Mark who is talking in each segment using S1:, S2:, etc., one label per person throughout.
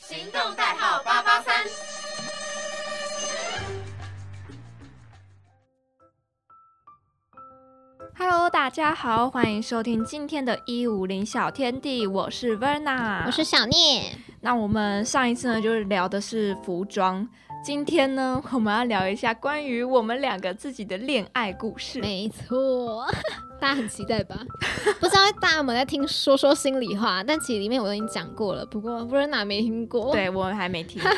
S1: 行动代号八八三。
S2: Hello，大家好，欢迎收听今天的“一五零小天地”，我是 Verna，
S3: 我是小聂。
S2: 那我们上一次呢，就是聊的是服装，今天呢，我们要聊一下关于我们两个自己的恋爱故事。
S3: 没错， 大家很期待 吧？不知道大家有没有在听《说说心里话》，但其实里面我都已经讲过了，不过 Verna 没听过。
S2: 对我还没 听过。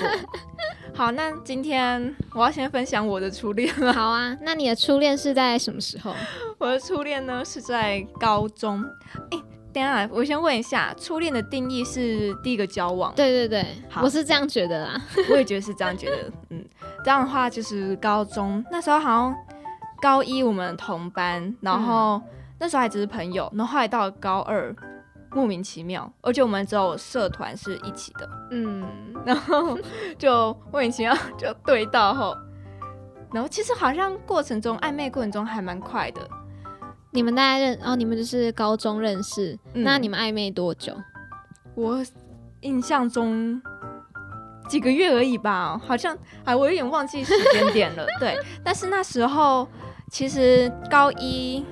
S2: 好，那今天我要先分享我的初恋了。
S3: 好啊，那你的初恋是在什么时候？
S2: 我的初恋呢是在高中。哎，等一下，我先问一下，初恋的定义是第一个交往？
S3: 对对对，
S2: 好
S3: 我是这样觉得啦。
S2: 我也觉得是这样觉得。嗯，这样的话就是高中那时候好像高一我们同班，
S3: 嗯
S2: 然后、那时候还只是朋友，然后后来到了高二。莫名其妙，而且我们只有社团是一起的，
S3: 嗯，
S2: 然 后就莫名其妙就对到后，然后其实好像过程中暧昧过程中还蛮快的，
S3: 你们大概认哦，你们就是高中认识，
S2: 嗯
S3: 那你们暧昧多久？
S2: 我印象中几个月而已吧，好像啊，我有点忘记时间点了。对，但是那时候其实高一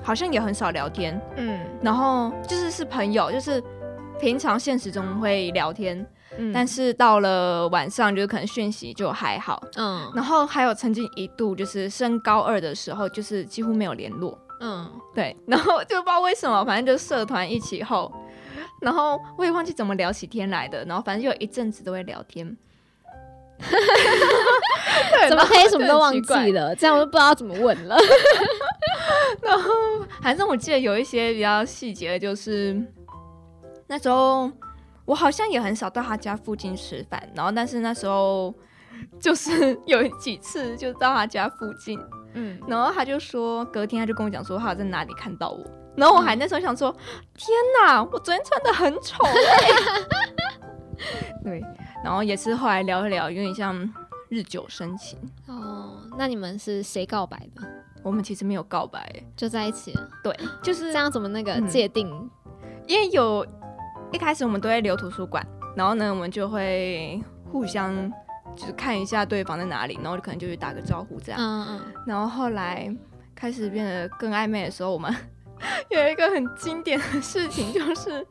S2: 好像也很少聊天，
S3: 嗯
S2: 然后就是是朋友，就是平常现实中会聊天，
S3: 嗯
S2: 但是到了晚上就是可能讯息就还好。
S3: 嗯
S2: 然后还有曾经一度就是升高二的时候，就是几乎没有联络。
S3: 嗯，
S2: 对，然后就不知道为什么，反正就社团一起后，然后我也忘记怎么聊起天来的，然后反正就有一阵子都会聊天。 对
S3: 怎么可以什么都忘
S2: 然后就很
S3: 记
S2: 奇怪
S3: 了？这样我就不知道怎么问了。
S2: 反正我记得有一些比较细节的，就是那时候我好像也很少到他家附近吃饭，然后但是那时候就是 有几次就到他家附近，
S3: 嗯，
S2: 然后他就说，隔天他就跟我讲说他有在哪里看到我，然后我还那时候想说，天哪，我昨天穿的很丑、欸。 对，然后也是后来聊一聊，有点像日久生情。
S3: 哦，那你们是谁告白的？
S2: 我们其实没有告白、欸
S3: 就在一起了？
S2: 对，就是
S3: 这样怎么那个
S2: 嗯
S3: 界定？
S2: 因为有一开始我们都会留图书馆，然后呢，我们就会互相就是看一下对方在哪里，然后可能就去打个招呼这样。
S3: 嗯嗯。
S2: 然后后来开始变得更暧昧的时候，我们 有一个很经典的事情，就是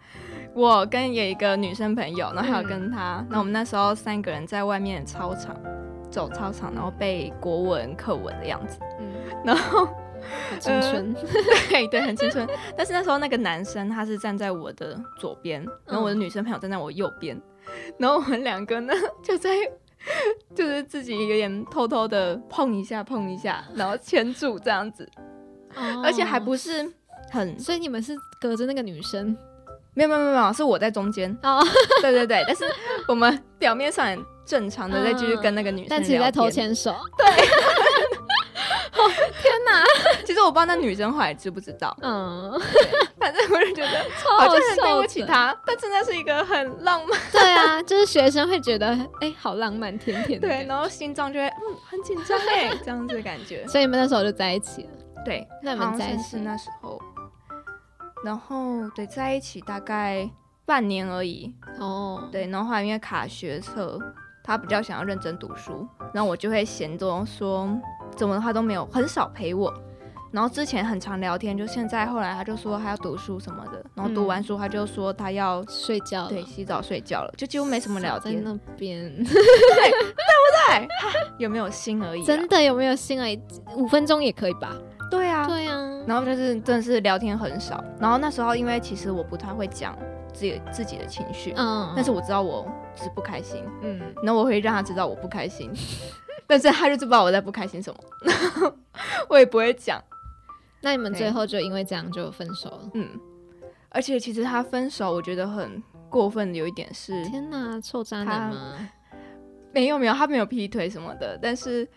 S2: 我跟有一个女生朋友，然后还有跟她，那、我们那时候三个人在外面操场走操场，然后背国文课文的样子，
S3: 嗯，
S2: 然后
S3: 好青春，
S2: 对对，很青春。但是那时候那个男生他是站在我的左边，然后我的女生朋友站在我右边，然后我们两个呢就在就是自己有点偷偷的碰一下碰一下，然后牵住这样子，
S3: 哦
S2: 呃而且还，不是很
S3: 所以你们是隔着那个女生，
S2: 没有没有没有没有，是我在中间
S3: 哦，
S2: 对对对，但是我们表面上很正常的在继续跟那个女生
S3: 嗯但其实在
S2: 聊
S3: 偷
S2: 天，
S3: 牵手，
S2: 其实我不知道那女生后来知不知道，
S3: 嗯，
S2: 反正我就觉 得
S3: 超
S2: 好
S3: 好
S2: 像很对
S3: 笑
S2: 不起
S3: 的。
S2: 她，但真的是一个很浪漫。
S3: 对啊，就是学生会觉得，哎、好浪漫，甜甜的。
S2: 对，，然后心脏就会嗯很紧张哎，这样子的感觉。
S3: 所以你们那时候就在一起了。
S2: 对，
S3: 那你
S2: 好
S3: 们
S2: 像
S3: 在一
S2: 是
S3: 起
S2: 是那时候，然后对在一起大概半年而已。
S3: 哦，，
S2: 对，然后后来因为卡学测，他比较想要认真读书，然后我就会嫌中说怎么他都没有很少陪我。然后之前很常聊天，就现在后来他就说他要读书什么的，然后读完书他就说他要、
S3: 睡觉了
S2: 对洗澡睡觉了，就几乎没什么聊
S3: 在
S2: 天，
S3: 那边，
S2: 对， 有没有心而已啊啦。
S3: 真的有没有心而已？五分钟也可以吧？
S2: 对啊，
S3: 对啊，
S2: 然后就是真的是聊天很少。然后那时候因为其实我不太会讲自己自己的情绪，
S3: 嗯，
S2: 但是我知道我是不开心，
S3: 嗯，
S2: 然后我会让他知道我不开心， 但是他就知道我在不开心什么， 然后我也不会讲，
S3: 那你们
S2: 对
S3: 最后就因为这样就分手了？
S2: 嗯。而且其实他分手，我觉得很过分的有一点是，
S3: 天哪，臭渣男啊吗？
S2: 没有没有，他没有劈腿什么的，但是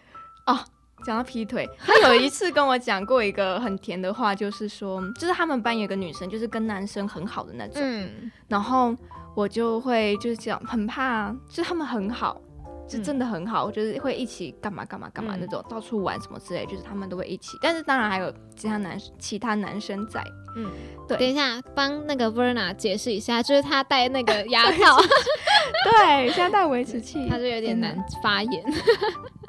S2: 哦，讲到劈腿，他有一次跟我讲过一个很甜的话，就是说，就是他们班有个女生，就是跟男生很好的那种，
S3: 嗯，
S2: 然后我就会就是讲很怕，就是他们很好，就真的很好，就是会一起干嘛干嘛干嘛那种，到处玩什么之类，就是他们都会一起。但是当然还有其他男其他男生在， 对
S3: 等一下，帮那个 Verna 解释一下，就是他戴那个牙套，
S2: 对，现在戴维持器，
S3: 他就有点难 发言，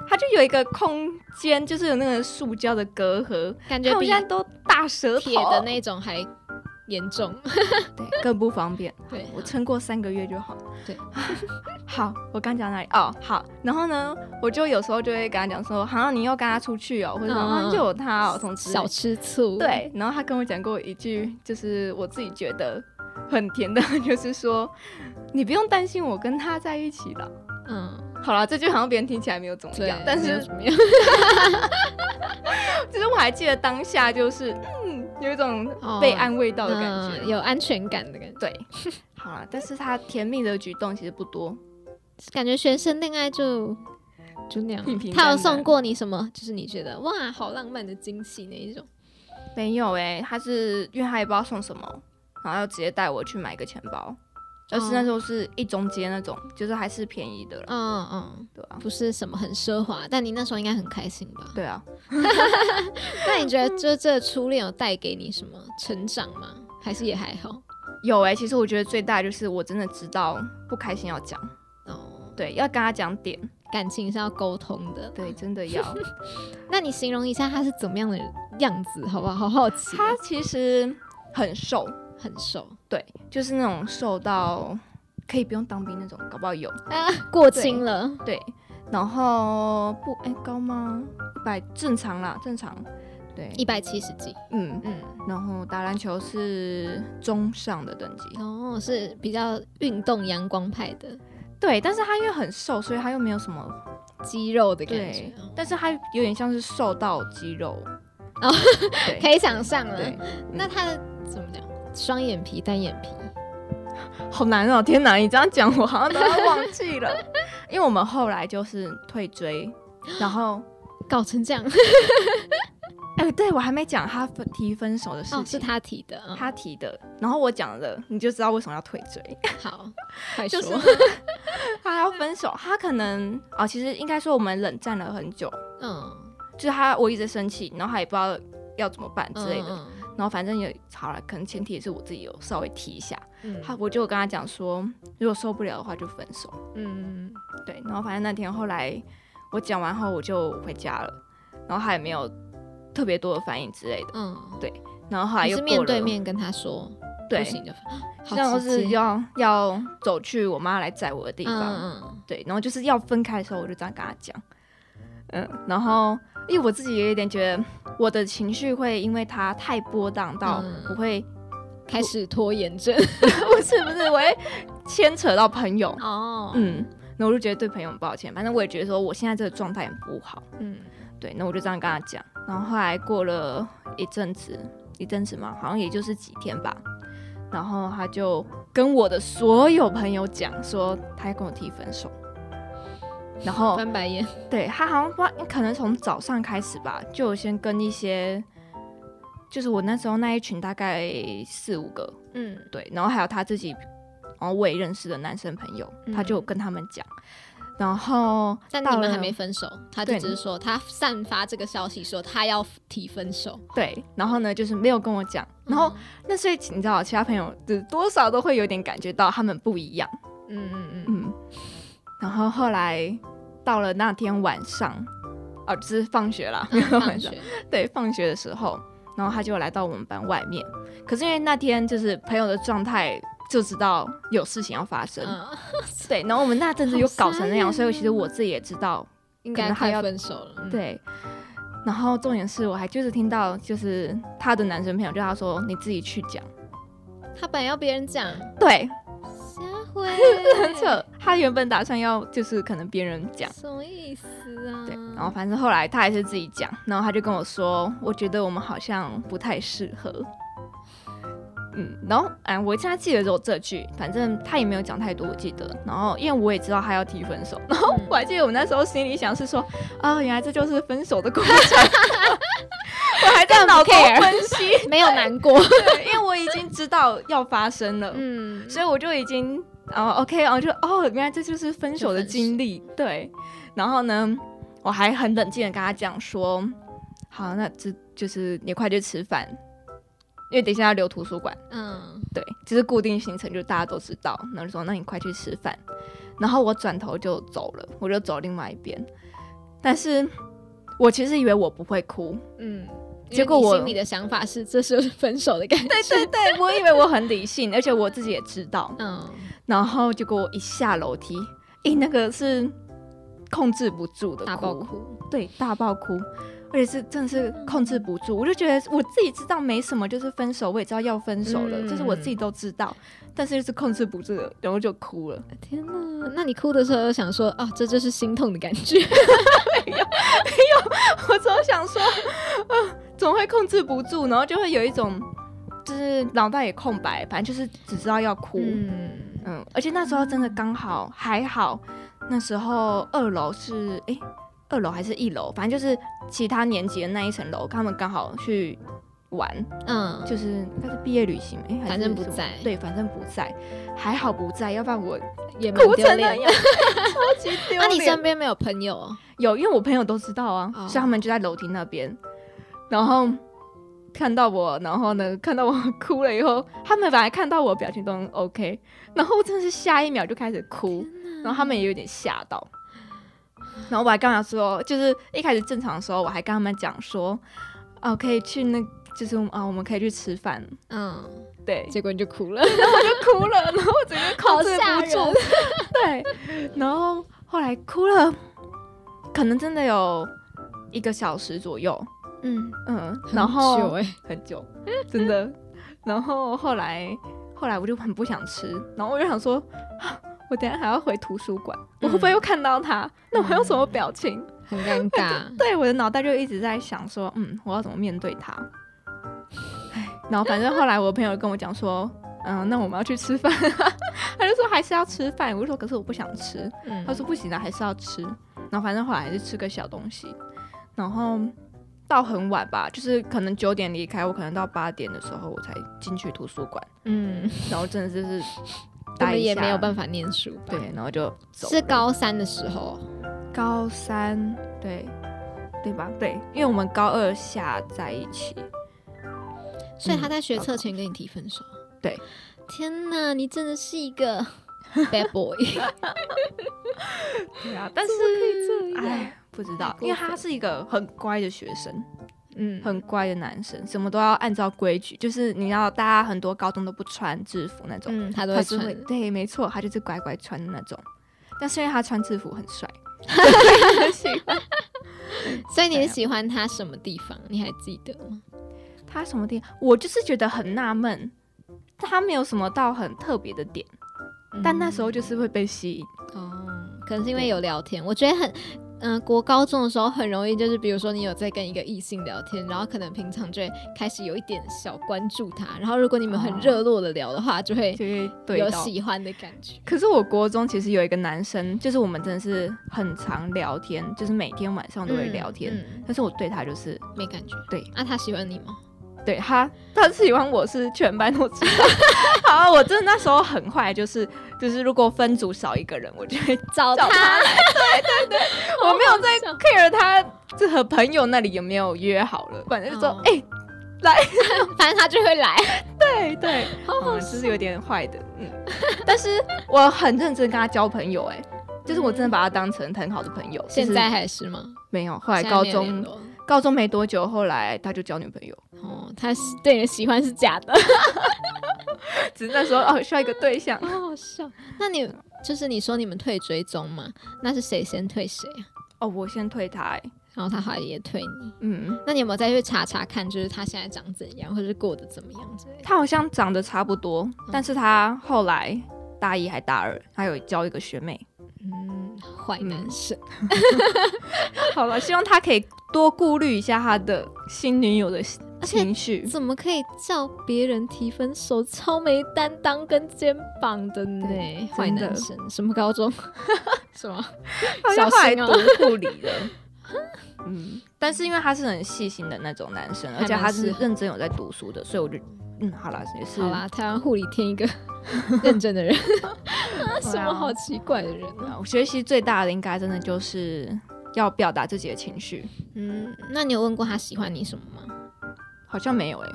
S2: 它就有一个空间，就是有那个塑胶的隔阂，
S3: 感觉
S2: 他们
S3: 比
S2: 现在都大舌头
S3: 铁的那种还严重。
S2: 对更不方便。
S3: 对，
S2: 我撑过三个月就好。
S3: 对，
S2: 好，我刚讲哪里？哦，好。然后呢，我就有时候就会跟他讲说，好像你又跟他出去哦，或者
S3: 嗯嗯
S2: 好
S3: 嗯
S2: 就有他哦，什么之类
S3: 小
S2: 的。
S3: 吃醋。，
S2: 对，然后他跟我讲过一句，就是我自己觉得很甜的， 就是说你不用担心我跟他在一起了。
S3: 嗯，
S2: 好了，这句好像别人听起来没有怎么
S3: 对
S2: 样，，但
S3: 没有
S2: 是
S3: 怎么样？
S2: 其实我还记得当下就是，嗯，有一种
S3: 哦
S2: 被安慰到的感觉。
S3: 嗯有安全感的感觉。
S2: 对，好了，但是他甜蜜的举动其实不多，
S3: 感觉学生恋爱就就那样
S2: 平平。淡
S3: 他有
S2: 淡
S3: 送过你什么？就是你觉得哇，好浪漫的惊喜那一种。
S2: 没有哎、他是因为他也不知道送什么，然后就直接带我去买个钱包，但是那时候是一中街那种，就是还是便宜的了，
S3: 嗯嗯，
S2: 对啊，
S3: 不是什么很奢华，但你那时候应该很开心 吧？
S2: 对啊，
S3: 那你觉得这这初恋有带给你什么成长吗？还是也还好？
S2: 有哎、其实我觉得最大就是我真的知道不开心要讲，
S3: 哦，
S2: 对，要跟他讲点，
S3: 感情是要沟通的。
S2: 对，真的要。
S3: 那你形容一下他是怎么样的样子，好不好？好好奇哦。
S2: 他其实很瘦，
S3: 很瘦
S2: 对，就是那种瘦到可以不用当兵那种，搞不好有
S3: 啊，过轻了。
S2: 对，然后不哎、高吗？一百正常啦，正常，对，
S3: 一百七十几，
S2: 嗯。
S3: 嗯，
S2: 然后打篮球是中上的等级，
S3: 哦，是比较运动阳光派的
S2: 对，但是他因为很瘦，所以他又没有什么
S3: 肌肉的感
S2: 对
S3: 觉，哦，
S2: 但是他有点像是瘦到肌肉
S3: 哦，
S2: 对
S3: 可以想象
S2: 对嗯
S3: 了。，那他的怎么讲？双眼皮、单眼皮，
S2: 好难哦！天哪，你这样讲，我好像都要忘记 了，因为我们后来就是退追，然
S3: 哦
S2: 后
S3: 搞成这样
S2: 哎、对我还没讲他分提分手的事情，
S3: 哦，是他提的啊。
S2: 他提的，然后我讲了，你就知道为什么要退追。
S3: 好，快
S2: 就
S3: 说。
S2: 是呢他要分手，他可能啊、其实应该说我们冷战了很久，
S3: 嗯
S2: 就是他我一直生气，然后他也不知道要怎么办之类的，
S3: 嗯嗯
S2: 然后反正也好了，可能前提也是我自己有稍微提一下，
S3: 嗯
S2: 他我就跟他讲说，嗯如果受不了的话就分手，
S3: 嗯，
S2: 对，然后反正那天后来我讲完后我就回家了，然后他也没有特别多的反应之类的，
S3: 嗯，
S2: 然后后来
S3: 你
S2: 又
S3: 是
S2: 过
S3: 面
S2: 了
S3: 对面跟他说，
S2: 对
S3: 不，行就 好
S2: 像
S3: 直
S2: 是
S3: 接
S2: 要要走去我妈来载我的地方，
S3: 嗯嗯
S2: 对，然后就是要分开的时候，我就这样跟他讲，嗯，然后因为我自己也有点觉得我的情绪会因为他太波荡到
S3: 嗯
S2: 我会、
S3: 嗯开始拖延症
S2: 不是不是，我会牵扯到朋友，
S3: 哦，
S2: 嗯，那我就觉得对朋友很抱歉，反正我也觉得说我现在这个状态很不好，
S3: 嗯
S2: 对，那我就这样跟他讲，然后后来过了一阵子，一阵子嘛，好像也就是几天吧。然后他就跟我的所有朋友讲说，他要跟我提分手。然后
S3: 翻白眼，
S2: 对他好像不知道，可能从早上开始吧，就有先跟一些，就是我那时候那一群大概四五个，
S3: 嗯
S2: 对，然后还有他自己，然后我也认识的男生朋友，他
S3: 嗯
S2: 就有跟他们讲，然后
S3: 但
S2: 到
S3: 你们
S2: 了
S3: 还没分手，他就
S2: 对
S3: 只是说他散发这个消息说他要提分手，
S2: 对，然后呢就是没有跟我讲，嗯然
S3: 嗯
S2: 后、那所以你知道，其他朋友就是多少都会有点感觉到他们不一样，
S3: 嗯嗯嗯
S2: 嗯，然后后来到了那天晚上，哦，就是放学啦，
S3: 嗯，
S2: 晚
S3: 放
S2: 上
S3: 学，
S2: 对，放学的时候，然后他就来到我们班外面。可是因为那天就是朋友的状态，就知道有事情要发生。
S3: 嗯，
S2: 对，然后我们那阵子又搞成那样，
S3: 好傻
S2: 所
S3: 眼哦
S2: 以其实我自己也知道。
S3: 应
S2: 可
S3: 该
S2: 能还
S3: 快
S2: 要
S3: 分手了，嗯，
S2: 对，然后重点是我还就是听到就是他的男生朋友就他说你自己去讲。
S3: 他本来要别人讲，
S2: 对，
S3: 下回
S2: 很扯。他原本打算要就是可能别人讲。
S3: 什么意思啊？
S2: 对，然后反正后来他还是自己讲，然后他就跟我说，我觉得我们好像不太适合。嗯，然后哎，我现在记得只有这句，反正他也没有讲太多，我记得。然后因为我也知道他要提分手，然 后
S3: 嗯
S2: 我还记得我那时候心里想是说，啊、原来这就是分手的过程。 我还在脑中
S3: care
S2: 分析，
S3: 没有难过，
S2: 对，因为我已经知道要发生了，
S3: 嗯，
S2: 所以我就已经然后 OK，然后就哦，原来这就是分手的经历，对。然后呢，我还很冷静的跟他讲说，好，那这就是你快去吃饭，因为等一下要留图书馆，
S3: 嗯，
S2: 对，就是固定行程，就大家都知道。然后就说，那你快去吃饭。然后我转头就走了，我就走另外一边。但是我其实以为我不会哭，
S3: 嗯，
S2: 结果我
S3: 因为你心里的想法是这是分手的感觉，
S2: 对对对，我以为我很理性，而且我自己也知道。
S3: 嗯，
S2: 然后结果我一下楼梯，诶，那个是控制不住的
S3: 大爆，哭，
S2: 对，大爆哭，而且是真的是控制不
S3: 嗯
S2: 住。我就觉得我自己知道没什么，就是分手，我也知道要分手了，
S3: 嗯
S2: 就是我自己都知道，但是就是控制不住了，然后就哭了。
S3: 天哪！那你哭的时候有想说啊，这就是心痛的感觉，
S2: 我总想说，啊，总会控制不住，然后就会有一种就是脑袋也空白，反正就是只知道要哭。
S3: 嗯，
S2: 嗯，而且那时候真的刚好还好，那时候二楼是诶，二楼还是一楼，反正就是其他年级的那一层楼，他们刚好去玩，
S3: 嗯，
S2: 就是那是毕业旅行，诶，还是
S3: 反正不
S2: 什么
S3: 在
S2: 对，反正不在，还好不在，要不然我
S3: 也蛮
S2: 哭
S3: 丢
S2: 成那
S3: 脸。
S2: 样， 超级丢
S3: 那你
S2: 脸。
S3: 身边没有朋友哦？
S2: 有，因为我朋友都知道啊，
S3: 哦
S2: 所以他们就在楼梯那边，然后看到我，然后呢看到我 哭了以后，他们本来看到我表情都很 OK，然后真的是下一秒就开始哭，然后他们也有点吓到。然后我还跟他说，就是一开始正常的时候，我还跟他们讲说，啊，可以去那，就是啊，我们可以去吃饭，
S3: 嗯，
S2: 对，
S3: 结果你就 哭了，
S2: 就哭了，然后我整个控制
S3: 好吓
S2: 不住
S3: 人，
S2: 对，然后后来哭了，可能真的有一个小时左右，
S3: 嗯，
S2: 嗯，然后
S3: 很久欸
S2: 很久，真 的，然后后来后来我就很不想吃，然后我就想说，啊我等一下还要回图书馆，
S3: 嗯
S2: 我会不会又看到他？那我用什么表情？，
S3: 很尴尬
S2: 对，我的脑袋就一直在想说，嗯，我要怎么面对他？唉然后反正后来我朋友跟我讲说，嗯，那我们要去吃饭， 他就说还是要吃饭，我就说可是我不想吃，
S3: 嗯
S2: 他说不行啊，还是要吃。然后反正后来还是吃个小东西，然后到很晚吧，就是可能九点离开，我可能到八点的时候我才进去图书馆，
S3: 嗯，
S2: 然后真的就是
S3: 我
S2: 待
S3: 们
S2: 一
S3: 也
S2: 下
S3: 没有办法念书吧？
S2: 对，然后就走了。
S3: 是高三的时候，
S2: 高三，对，对吧？对，因为我们高二下在一起，
S3: 所以他在学测前跟你提分手。
S2: 嗯对，
S3: 天哪，你真的是一 个 bad boy，
S2: 对啊，但是
S3: 这样
S2: 哎，不知道
S3: 太，过
S2: 因为他是一个很乖的学生，
S3: 嗯，
S2: 很乖的男生，什么都要按照规矩，就是你要大家很多高中都不穿制服那种，
S3: 嗯，他都
S2: 他
S3: 会
S2: 是会
S3: 穿，
S2: 对，没错，他就是乖乖穿的那种，但是因为他穿制服很 帅，喜欢嗯
S3: 所以你
S2: 啊
S3: 喜欢他什么地方？你还记得吗？
S2: 他什么点，我就是觉得很纳闷，他没有什么到很特别的点，但那时候就是会被吸引。
S3: 哦，可能是因为有聊天，我觉得很。嗯、国高中的时候很容易就是，比如说你有在跟一个异性聊天，然后可能平常就会开始有一点小关注他，然后如果你们很
S2: 哦
S3: 热络的聊的话，就会
S2: 就会 对
S3: 有
S2: 到。
S3: 喜欢的感觉。
S2: 可是我国中其实有一个男生，就是我们真的是很常聊天，就是每天晚上都会聊天。
S3: 嗯
S2: 但是我对他就是
S3: 嗯没感觉。
S2: 对
S3: 啊，他喜欢你吗？
S2: 对他，他喜欢我是全班都知 道。好啊，我真的那时候很坏，就是就是如果分组少一个人，我就会
S3: 找
S2: 找他
S3: 哦他，
S2: 我没有在
S3: 好好笑
S2: care 他这和朋友那里有没有约好了，反正就说
S3: 哦
S2: 哎、
S3: 反正他就 会来。
S2: 对对，
S3: 好
S2: 嗯，就是有点坏的，嗯。但是我很认真跟他交朋友、哎，就是我真的把他当成很好的朋友。就是
S3: 现在还是吗？
S2: 没有，后来
S3: 现在
S2: 高
S3: 没有
S2: 中
S3: 联络
S2: 高中没多久，后来他就交女朋友，
S3: 哦，他是对你的喜欢是假的，
S2: 只是那时候哦需要一个对象
S3: 好。好笑。那你就是你说你们退追踪嘛？那是谁先退谁啊？
S2: 哦，我先退他、欸，
S3: 然后他好像也退你。
S2: 嗯，
S3: 那你有没有再去查查看，就是他现在长怎样，或者是过得怎么样之类的？
S2: 他好像长得差不多，但是他后来大一还大二，他有交一个学妹。
S3: 嗯，坏男生。
S2: 好了，希望他可以多顾虑一下他的新女友的
S3: 而且
S2: 情绪。
S3: 怎么可以叫别人提分手？超没担当跟肩膀的呢
S2: 对，
S3: 坏
S2: 真的
S3: 男生，什么高中？ 什么？
S2: 好像
S3: 小
S2: 后来
S3: 心
S2: 读
S3: 哦
S2: 护理了。嗯，但是因为他是很细心的那种男生，而且他
S3: 还蛮
S2: 是
S3: 适合
S2: 认真有在读书的，所以我就嗯，好啦，也是
S3: 好啦，台湾护理添一个 认真的 人，啊，
S2: 对啊
S3: 什么好奇怪的人啊？
S2: 啊我学习最大的应该真的就是要表达自己的情绪，
S3: 嗯，那你有问过他喜欢你什么吗？
S2: 好像没有诶、欸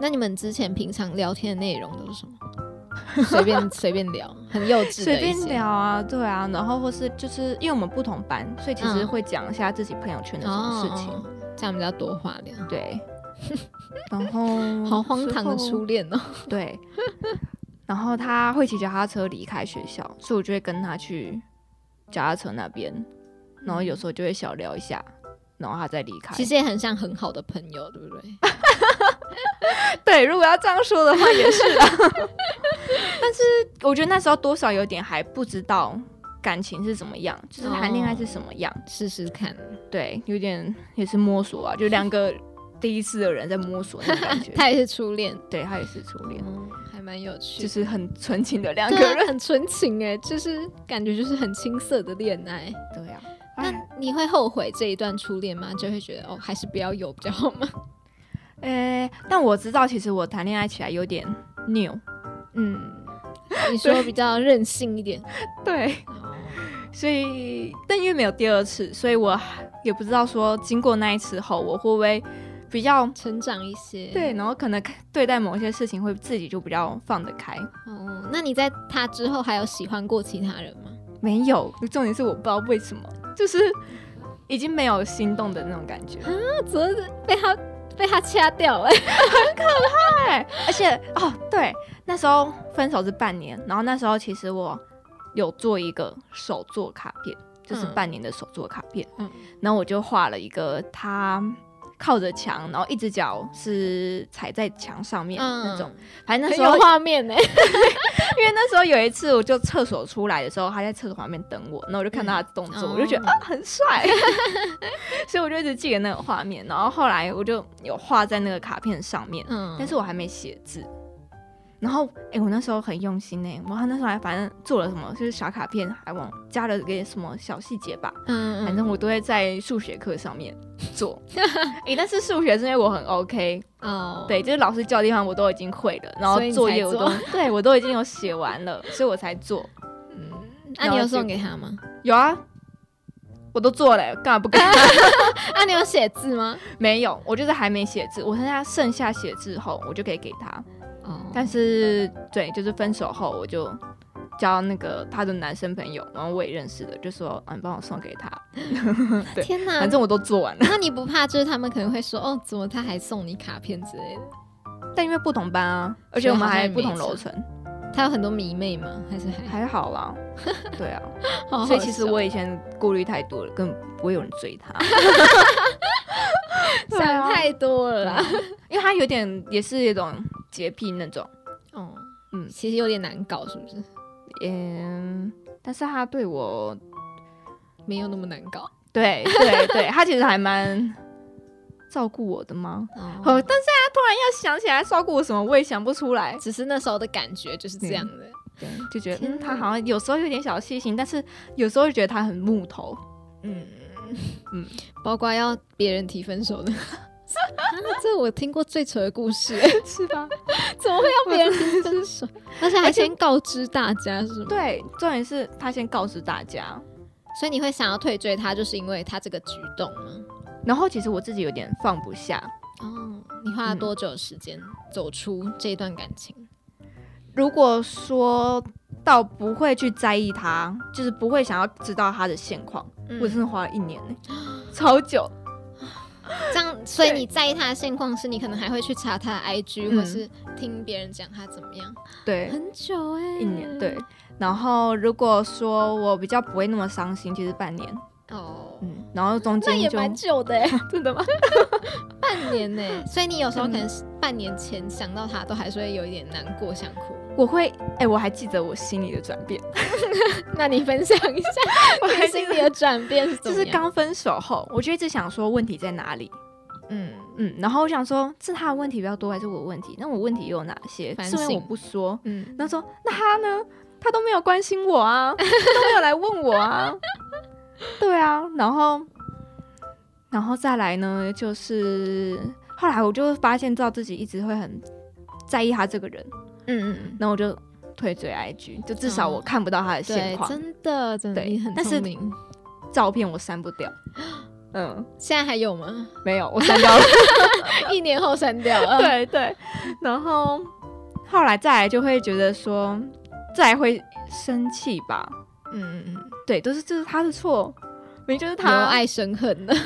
S3: 那你们之前平常聊天的内容都是什 么？随便随便聊，很幼稚的
S2: 随
S3: 一些，
S2: 便聊啊，对啊，然后或是就是因为我们不同班，所以其实
S3: 嗯
S2: 会讲一下自己朋友圈的什么
S3: 哦
S2: 事情，
S3: 这样比较多话聊。
S2: 对，然后
S3: 好荒唐的
S2: 之后
S3: 初恋哦！
S2: 对，然后他会骑脚踏车离开学校，所以我就会跟他去脚踏车那边，然后有时候就会小聊一下，然后他再离开。
S3: 嗯其实也很像很好的朋友，对不对？
S2: 对，如果要这样说的话也是 啊，但是我觉得那时候多少有点还不知道感情是怎么样，就是谈恋爱是
S3: 哦
S2: 什么样，
S3: 试试看，
S2: 对，有点也是摸索啊，就两个第一次的人在摸索那种感 觉。
S3: 他也是初恋，
S2: 对他也是初恋，
S3: 嗯，还蛮有趣
S2: 就
S3: 的，
S2: 是很纯情的两个
S3: 对啊
S2: 人。
S3: 很纯情哎，就是感觉就是很青涩的恋爱。
S2: 对呀、啊，
S3: 那你会后悔这一段初恋吗？就会觉得哦，还是不要有比较好吗？
S2: 诶、但我知道，其实我谈恋爱起来有点拗，
S3: 嗯，你说比较任性一点，哦
S2: 对，所以但因为没有第二次，所以我也不知道说经过那一次后，我会不会比较
S3: 成长一些。，
S2: 对，然后可能对待某些事情会自己就比较放得开。
S3: 哦，那你在他之后还有喜欢过其他人吗？
S2: 没有，重点是我不知道为什么，就是已经没有心动的那种感觉。
S3: 那昨天被他被他掐掉哎，
S2: 对，而且哦，对，那时候分手是半年，然后那时候其实我有做一个手作卡片，就是
S3: 嗯
S2: 半年的手作卡片，
S3: 嗯
S2: 然后我就画了一个他靠着墙，然后一只脚是踩在墙上面、那种，，反正那
S3: 嗯
S2: 时
S3: 很
S2: 候
S3: 有画面哎。
S2: 因为那时候有一次，我就厕所出来的时候，他在厕所旁边等我，然后我就看到他的动作，
S3: 嗯
S2: 我就觉得啊
S3: 哦
S2: 很帅， 所以我就一直记得那个画面。然后后来我就有画在那个卡片上面，
S3: 嗯
S2: 但是我还没写字。然后，哎、我那时候很用心呢、我那时候还反正做了什么，就是小卡片，还往加了个什么小细节吧，
S3: 嗯
S2: 反正我都会在数学课上面 做。哎、但是数学是因为我很 OK，
S3: 哦，
S2: 对，就是老师教的地方我都已经会了，然后
S3: 所以你才
S2: 作业我都
S3: 做
S2: 对我都已经有写完了，所以我才做。
S3: 那、你有送给他吗？
S2: 有啊，我都做了、干嘛不干？
S3: 啊，你有写字吗？
S2: 没有，我就是还没写字，我剩下剩下写字后，我就可以给他。
S3: 哦，
S2: 但是对，就是分手后，我就交那个他的男生朋友，然后我也认识的，就说啊，你帮我送给他，对
S3: 天哪
S2: 反！正我都做完了。
S3: 那你不怕就是他们可能会说哦，怎么他还送你卡片之类的？
S2: 但因为不同班啊，而且我们还不同楼层，
S3: 他有很多迷妹吗？还是还
S2: 还好 啦。对啊，
S3: 好好
S2: 所以其实
S3: 笑
S2: 我以前顾虑太多了，根本不会有人追 他。对啊
S3: 想太多了啦。
S2: 因为他有点也是一种洁癖那种，
S3: 哦，嗯，
S2: 嗯
S3: 其实有点难搞，是不是？
S2: 嗯，但是他对我，
S3: 没有那么难搞。
S2: 对对对，他其实还蛮照顾我的嘛。哦，
S3: 哦，
S2: 但是他突然要想起来照顾我什么，我也想不出来。
S3: 只是那时候的感觉就是这样的。
S2: 对，就觉得
S3: 天
S2: 嗯，
S3: 哪
S2: 他好像有时候有点小细心，但是有时候又觉得他很木头。
S3: 嗯嗯
S2: 嗯，
S3: 包括要别人提分手的。 啊这我听过最扯的故事， 是吧？怎么会要别人提分 手？而且还先告知大家是吗？
S2: 对，重点是他先告知大家，
S3: 所以你会想要退追他，就是因为他这个举动吗？
S2: 然后其实我自己有点放不下。
S3: 哦，你花了多久时间走出这段感情？
S2: 如果说到不会去在意他，就是不会想要知道他的现况，
S3: 嗯
S2: 我真的花了一年 呢、超久。
S3: 这样， 所以
S2: 对
S3: 你在意他的现况是你可能还会去查他的 IG，、
S2: 嗯
S3: 或是听别人讲他怎么样，
S2: 对，
S3: 很久哎、
S2: 一年对。然后如果说我比较不会那么伤心，其实半年，
S3: 哦，
S2: 嗯，然后中
S3: 那
S2: 间
S3: 也
S2: 就
S3: 蛮久的哎、
S2: 真的吗？
S3: 半年呢、所以你有时候可
S2: 嗯
S3: 能半年前想到他，都还是会有一点难过，想哭。
S2: 我会，哎、我还记得我心里的转变，
S3: 那你分享一 下
S2: 我
S3: 你
S2: 还记
S3: 心
S2: 得
S3: 里的转变是
S2: 就
S3: 怎么
S2: 是
S3: 样？
S2: 刚分手后，我就一直想说问题在哪里，
S3: 嗯，
S2: 嗯，然后我想说是他的问题比较多还是我的问题？那我问题又有哪些？
S3: 反
S2: 是因为我
S3: 省
S2: 不说，
S3: 嗯，
S2: 那说那他呢？他都没有关心我 啊，他都没有来问我啊，对啊，然后，然后再来呢，就是后来我就发现到自己一直会很在意他这个人，
S3: 嗯嗯，
S2: 那我就退追 IG，就至少我看不到他的现
S3: 对，
S2: 况，
S3: 真的真的，
S2: 对
S3: 你很
S2: 但是
S3: 聪明。
S2: 照片我删不掉。 嗯，
S3: 现在还有吗？
S2: 没有， 我删掉了。
S3: 一年后删掉。 嗯，
S2: 对对，然后后来再来就会觉得说，再来会生气吧？
S3: 嗯嗯嗯，
S2: 对，都是这是他的错，明明就是
S3: 由
S2: 他
S3: 爱生恨的。
S2: 好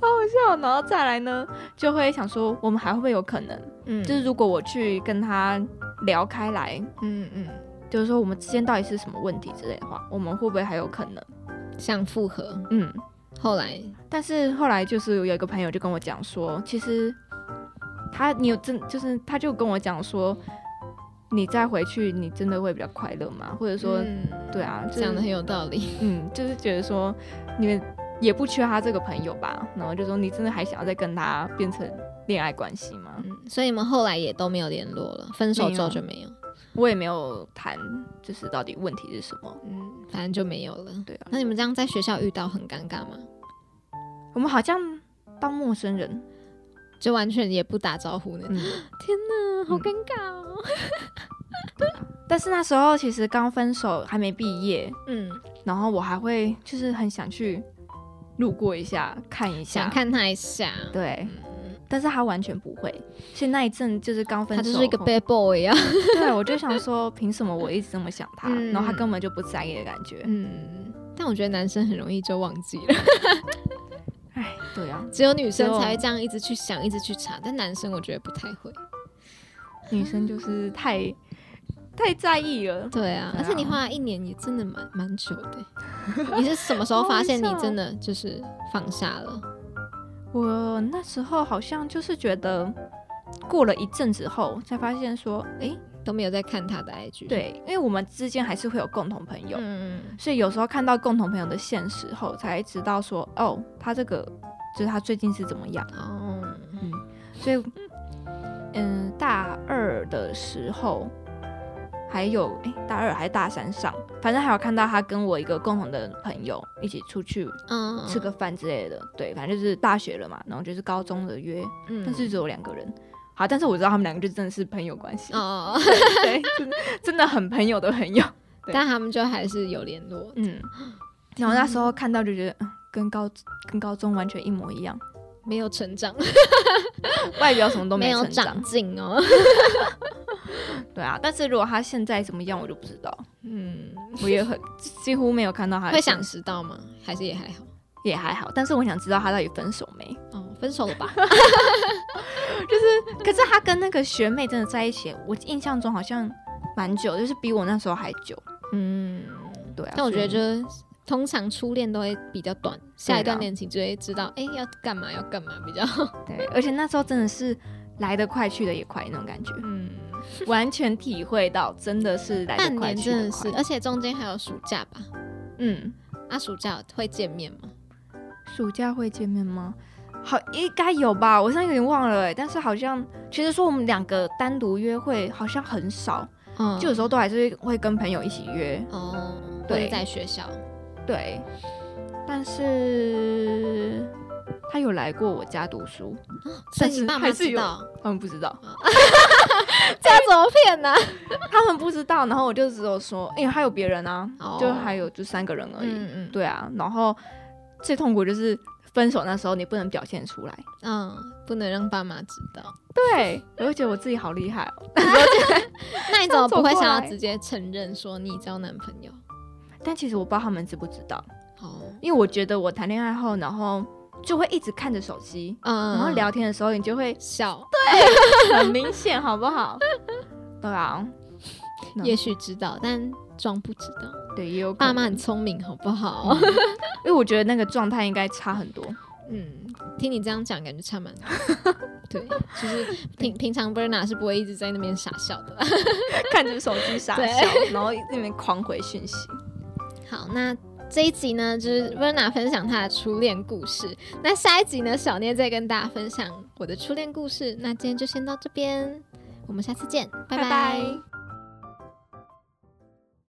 S2: 好笑。然后再来呢，就会想说，我们还会不会有可能？
S3: 嗯，
S2: 就是如果我去跟他聊开来，
S3: 嗯嗯，
S2: 就是说我们之间到底是什么问题之类的话，我们会不会还有可能？
S3: 想复合，
S2: 嗯，
S3: 后来
S2: 但是后来就是有一个朋友就跟我讲说，其实他你有真就是他就跟我讲说，你再回去你真的会比较快乐吗？或者说，
S3: 嗯
S2: 对啊，就是、
S3: 讲的很有道理。
S2: 嗯，就是觉得说你们也不缺他这个朋友吧，然后就说你真的还想要再跟他变成恋爱关系吗？
S3: 嗯，所以你们后来也都没有联络了，分手之后就没有。
S2: 我也没有谈，就是到底问题是什么。
S3: 嗯，反正就没有了。
S2: 对啊，
S3: 那你们这样在学校遇到很尴尬吗？
S2: 我们好像当陌生人，
S3: 就完全也不打招呼呢？
S2: 嗯，
S3: 天哪，好
S2: 嗯
S3: 尴尬哦。
S2: 但是那时候其实刚分手，还没毕业，
S3: 嗯，
S2: 然后我还会就是很想去路过一下看一下，
S3: 想看他一下。
S2: 对，
S3: 嗯
S2: 但是他完全不会，所以那一阵就是刚分
S3: 他
S2: 手，
S3: 就是一个 bad boy 啊。
S2: 对，我就想说凭什么我一直这么想他，
S3: 嗯
S2: 然后他根本就不在意的感觉，
S3: 嗯， 但我觉得男生很容易就忘记了，
S2: 哎，对啊，
S3: 只有女生
S2: 只有
S3: 才会这样一直去想，一直去查，但男生我觉得不太会。
S2: 女生就是太太在意了，
S3: 对啊，
S2: 对啊
S3: 而且你花了一年也真的蛮蛮久 的。你是什么时候发现你真的就是放下了？
S2: 我那时候好像就是觉得过了一阵子后才发现说，哎、
S3: 都没有在看他的 IG。，
S2: 对，因为我们之间还是会有共同朋友。
S3: 嗯，
S2: 所以有时候看到共同朋友的现实后，才知道说，哦，他这个就是他最近是怎么样。
S3: 哦，
S2: 所以，嗯，大二的时候，还有诶，大二还是大三上，反正还有看到他跟我一个共同的朋友一起出去
S3: 嗯，
S2: 吃个饭之类的。对，反正就是大学了嘛，然后就是高中的约，
S3: 嗯，
S2: 但是只有两个人。好，但是我知道他们两个就真的是朋友关系，
S3: 哦，
S2: 对，真的真的很朋友的朋友。嗯对
S3: 但他们就还是有联络。
S2: 嗯，然后那时候看到就觉得，嗯跟高跟高中完全一模一样，
S3: 没有成长，
S2: 外表什么都
S3: 没有
S2: 成
S3: 长
S2: 长。
S3: 进哦。
S2: 对啊，但是如果他现在怎么样，我就不知道，
S3: 嗯，
S2: 我也很 几乎没有看到他的
S3: 会
S2: 现
S3: 想知道吗？还是也还好？
S2: 也还好，但是我想知道他到底分手没。
S3: 哦，分手了 吧？嗯
S2: 可是他跟那个学妹真的在一起，我印象中好像蛮久，就是比我那时候还久。
S3: 嗯。
S2: 对啊，
S3: 但我觉得
S2: 所以
S3: 就是通常初恋都会比较短，下一段恋情就会知道，哎、要干嘛要干嘛比较，
S2: 对，而且那时候真的是来得快去得也快那种感觉，
S3: 嗯，
S2: 完全体会到真的是来
S3: 半
S2: 得快
S3: 年
S2: 去
S3: 真
S2: 得
S3: 的
S2: 快
S3: 是，。而且中间还有暑假吧？
S2: 嗯，
S3: 啊，暑假会见面吗？
S2: 暑假会见面吗？好，应该有吧，我现在有点忘了、欸，但是好像其实说我们两个单独约会好像很少，
S3: 嗯，
S2: 就有时候都还是会跟朋友一起约，
S3: 哦，或
S2: 对
S3: 者在学校，
S2: 对，但是他有来过我家读书，
S3: 所以
S2: 但是
S3: 你爸妈
S2: 还是
S3: 知
S2: 有
S3: 道，
S2: 他们不知道，
S3: 这样嗯怎么骗呢、
S2: 他们不知道，然后我就只有说，哎、还有别人啊，
S3: 哦
S2: 就还有就三个人而已，
S3: 嗯嗯
S2: 对啊，然后最痛苦就是分手那时候你不能表现出来，
S3: 嗯，不能让爸妈知道。
S2: 对，我就觉得我自己好厉害哦，
S3: 那你怎么不会
S2: 这样走过
S3: 想要
S2: 来
S3: 直接承认说你交男朋友？
S2: 但其实我不知道他们知不知道，
S3: 哦，
S2: 因为我觉得我谈恋爱后，然后就会一直看着手机，
S3: 嗯，
S2: 然后聊天的时候你就会
S3: 笑，
S2: 很明显，好不好？ 对啊，嗯
S3: 也许知道，但装不知道。
S2: 对，也有可
S3: 爸
S2: 能
S3: 妈很聪明，好不好？
S2: 因为我觉得那个状态应该差很多。
S3: 嗯，听你这样讲，感觉差蛮多。 对，就是平平常 Berna 是不会一直在那边傻笑的啦。
S2: 看着手机傻
S3: 对
S2: 笑，然后那边狂回讯息。
S3: 好，那这一集呢，就是 Berna 分享她的初恋故事。那下一集呢，小聂再跟大家分享我的初恋故事。那今天就先到这边，我们下次见，拜拜